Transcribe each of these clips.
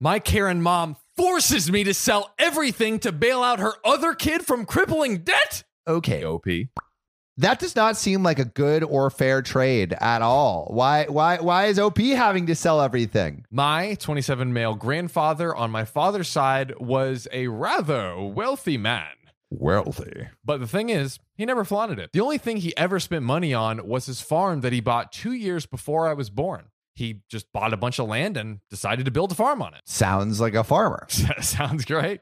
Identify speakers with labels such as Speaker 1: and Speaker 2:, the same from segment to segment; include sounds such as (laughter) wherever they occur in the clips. Speaker 1: My Karen mom forces me to sell everything to bail out her other kid from crippling debt.
Speaker 2: Okay.
Speaker 1: OP.
Speaker 2: That does not seem like a good or fair trade at all. Why why why is OP having to sell everything?
Speaker 1: My 27 male grandfather on my father's side was a rather wealthy man.
Speaker 2: Wealthy.
Speaker 1: But the thing is, he never flaunted it. The only thing he ever spent money on was his farm that he bought two years before I was born. He just bought a bunch of land and decided to build a farm on it.
Speaker 2: Sounds like a
Speaker 1: (laughs)
Speaker 2: farmer.
Speaker 1: Sounds great.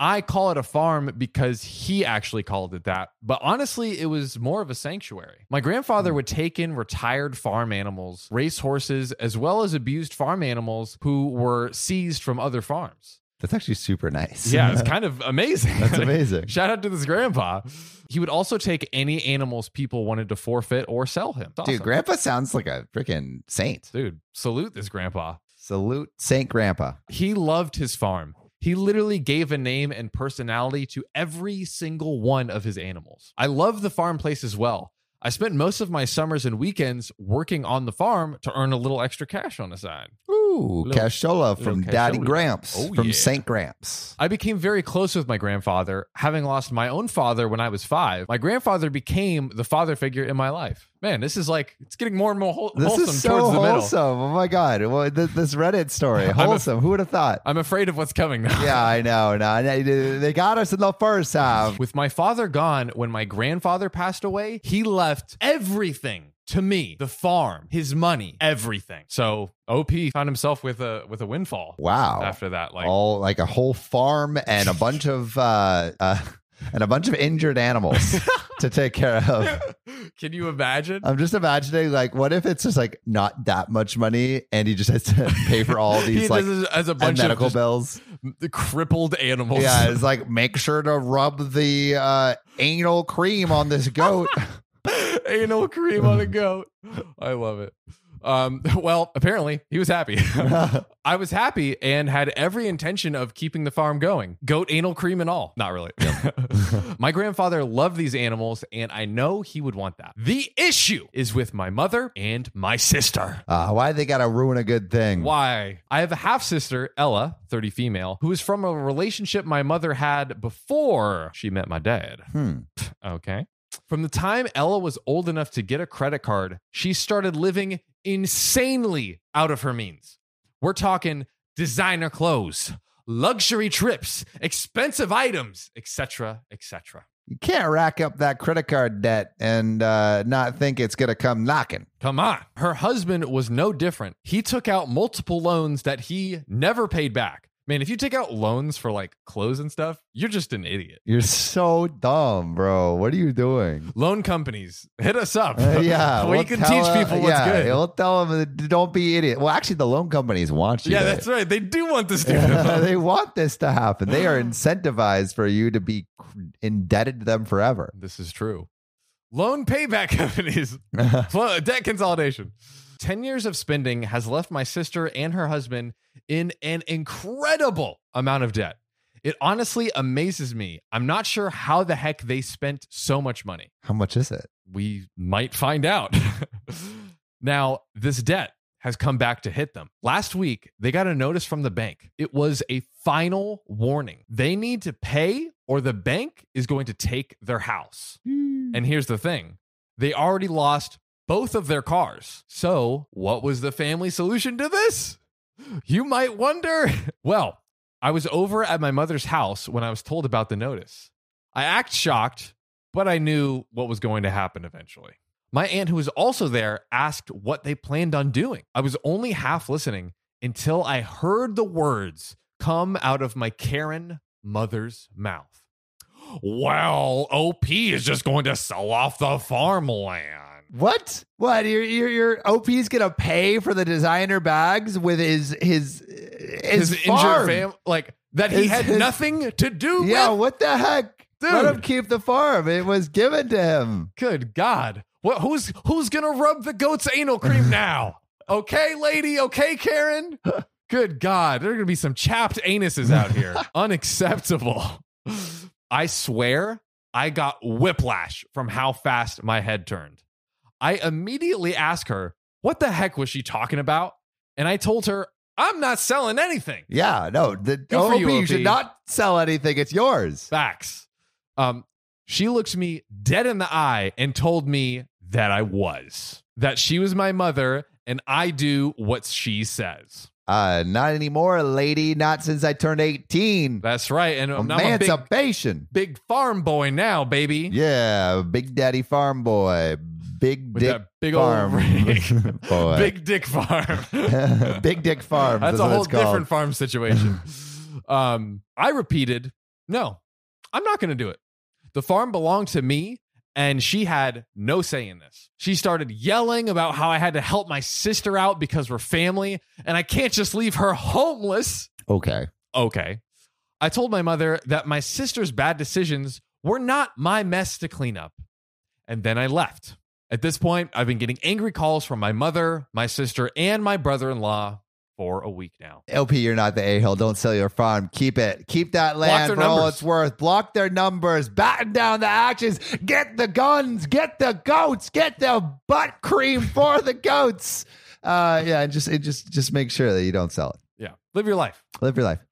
Speaker 1: I call it a farm because he actually called it that. But honestly, it was more of a sanctuary. My
Speaker 2: Hmm.
Speaker 1: grandfather would take in retired farm animals, race horses, as well as abused farm animals who were seized from other
Speaker 2: (laughs)
Speaker 1: farms.
Speaker 2: That's actually super nice.
Speaker 1: Yeah, (laughs) it's kind of amazing. (laughs)
Speaker 2: (laughs) That's amazing.
Speaker 1: Shout out to this grandpa. He would also take any animals people wanted to forfeit or sell him. It's awesome.
Speaker 2: Dude, grandpa sounds like a freaking saint.
Speaker 1: Dude, salute this grandpa.
Speaker 2: Salute Saint Grandpa.
Speaker 1: He loved his farm. He literally gave a name and personality to every single one of his animals. I love the farm place as well. I spent most of my summers and weekends working on the farm to earn a little extra cash on the side.
Speaker 2: Ooh,
Speaker 1: Little-
Speaker 2: cashola from
Speaker 1: little
Speaker 2: Daddy
Speaker 1: cashola.
Speaker 2: Gramps.
Speaker 1: Oh,
Speaker 2: from
Speaker 1: yeah.
Speaker 2: Saint Gramps.
Speaker 1: I became very close with my grandfather, having lost my own father when I was five. My grandfather became the father figure in my life. Man, this is like it's getting more and more whole-
Speaker 2: This
Speaker 1: wholesome
Speaker 2: is so
Speaker 1: towards the
Speaker 2: wholesome.
Speaker 1: middle.
Speaker 2: Oh my god! Well, th- this Reddit
Speaker 1: (laughs)
Speaker 2: story
Speaker 1: I'm a-
Speaker 2: wholesome. Who would have thought?
Speaker 1: I'm afraid of what's coming now.
Speaker 2: yeah, I know. No, they- they got us in the first half.
Speaker 1: With my father gone when my grandfather passed away, he left everything to me the farm, his money, everything. So OP found himself with a with a windfall
Speaker 2: Wow.
Speaker 1: after that. Like,
Speaker 2: all like a whole farm and a bunch of uh, uh and a bunch of injured
Speaker 1: (laughs)
Speaker 2: animals to take care of.
Speaker 1: can you imagine?
Speaker 2: I'm just imagining like what if it's just like not that much money and he just has to (laughs) pay for
Speaker 1: (laughs)
Speaker 2: all
Speaker 1: he
Speaker 2: these like
Speaker 1: does this as a
Speaker 2: and
Speaker 1: bunch of
Speaker 2: medical
Speaker 1: just
Speaker 2: bills.
Speaker 1: crippled animals.
Speaker 2: Yeah, it's like make sure to rub the uh anal cream on
Speaker 1: (laughs)
Speaker 2: this goat.
Speaker 1: anal cream on a goat. I love it. Um, (laughs) well, apparently he was happy. (laughs) I was happy and had every intention of keeping the farm going, goat anal cream and all. Not really. (laughs) my grandfather loved these animals, and I know he would want that. The issue is with my mother and my sister.
Speaker 2: Uh, why they gotta ruin a good thing?
Speaker 1: Why? I have a half sister, Ella, 30 female, who is from a relationship my mother had before she met my dad.
Speaker 2: Hmm.
Speaker 1: Okay. From the time Ella was old enough to get a credit card, she started living insanely out of her means. We're talking designer clothes, luxury trips, expensive items, etc., etc.
Speaker 2: You can't rack up that credit card debt and uh, not think it's gonna come knocking.
Speaker 1: Come on. Her husband was no different. He took out multiple loans that he never paid back. Man, if you take out loans for like clothes and stuff, you're just an idiot.
Speaker 2: You're so dumb, bro. What are you doing?
Speaker 1: Loan companies, hit us up. (laughs)
Speaker 2: Uh, yeah,
Speaker 1: we
Speaker 2: we'll
Speaker 1: can
Speaker 2: tell
Speaker 1: teach
Speaker 2: uh,
Speaker 1: people what's
Speaker 2: yeah,
Speaker 1: good.
Speaker 2: We'll tell them don't be idiot. Well, actually, the loan companies want you.
Speaker 1: yeah,
Speaker 2: to-
Speaker 1: that's right. They do want
Speaker 2: (laughs)
Speaker 1: this to happen.
Speaker 2: they want this to happen. They are incentivized for you to be indebted to
Speaker 1: (laughs)
Speaker 2: them forever.
Speaker 1: This is true. Loan payback (laughs) companies, Flo- debt consolidation. 10 years of spending has left my sister and her husband in an incredible amount of debt. It honestly amazes me. I'm not sure how the heck they spent so much money.
Speaker 2: How much is it?
Speaker 1: We might find out. (laughs) now, this debt has come back to hit them. Last week, they got a notice from the bank. It was a final warning. They need to pay, or the bank is going to take their house.
Speaker 2: Mm.
Speaker 1: And here's the thing they already lost both of their cars. So, what was the family solution to this? You might wonder. (laughs) Well, I was over at my mother's house when I was told about the notice. I act shocked, but I knew what was going to happen eventually. My aunt, who was also there, asked what they planned on doing. I was only half listening until I heard the words come out of my Karen mother's mouth. Well, OP is just going to sell off the farmland.
Speaker 2: What? What? Your your your OP's gonna pay for the designer bags with his his his, farm.
Speaker 1: fam- like that he
Speaker 2: His-
Speaker 1: had
Speaker 2: his-
Speaker 1: nothing to do
Speaker 2: Yeah,
Speaker 1: with.
Speaker 2: what the heck?
Speaker 1: Dude.
Speaker 2: Let him keep the farm. It was given to him.
Speaker 1: Good God. What who's who's gonna rub the goat's anal cream now? okay, lady, okay, Karen? Good God, there are gonna be some chapped anuses out here. Unacceptable. I swear I got whiplash from how fast my head turned. I immediately asked her, what the heck was she talking about? And I told her I'm not selling anything.
Speaker 2: Yeah, no. The
Speaker 1: Good for
Speaker 2: OP,
Speaker 1: you,
Speaker 2: you
Speaker 1: OP.
Speaker 2: should not sell anything. It's yours.
Speaker 1: Facts. Um, she looked me dead in the eye and told me that I was, that she was my mother and I do what she says.
Speaker 2: Uh, not anymore, lady. Not since I turned 18.
Speaker 1: That's right. And I'm, I'm a big,
Speaker 2: Emancipation.
Speaker 1: big farm boy now, baby.
Speaker 2: Yeah, big daddy farm boy. Big
Speaker 1: With
Speaker 2: dick
Speaker 1: that big
Speaker 2: farm.
Speaker 1: old rig.
Speaker 2: (laughs) boy.
Speaker 1: (laughs) big dick farm.
Speaker 2: (laughs) Big dick farm.
Speaker 1: That's
Speaker 2: is
Speaker 1: a
Speaker 2: what
Speaker 1: whole
Speaker 2: it's called.
Speaker 1: different farm situation.
Speaker 2: (laughs)
Speaker 1: um, I repeated, no, I'm not going to do it. The farm belonged to me, and she had no say in this. She started yelling about how I had to help my sister out because we're family, and I can't just leave her homeless.
Speaker 2: Okay.
Speaker 1: Okay. I told my mother that my sister's bad decisions were not my mess to clean up. And then I left. At this point, I've been getting angry calls from my mother, my sister, and my brother in law for a week now.
Speaker 2: LP, you're not the a hole. Don't sell your farm. Keep it. Keep that land
Speaker 1: their
Speaker 2: for all
Speaker 1: numbers.
Speaker 2: it's worth. Block their numbers. Batten down the actions. Get the guns. Get the goats. Get the butt cream for the goats. Uh, yeah, and just and just just make sure that you don't sell it.
Speaker 1: Yeah. Live your life.
Speaker 2: Live your life.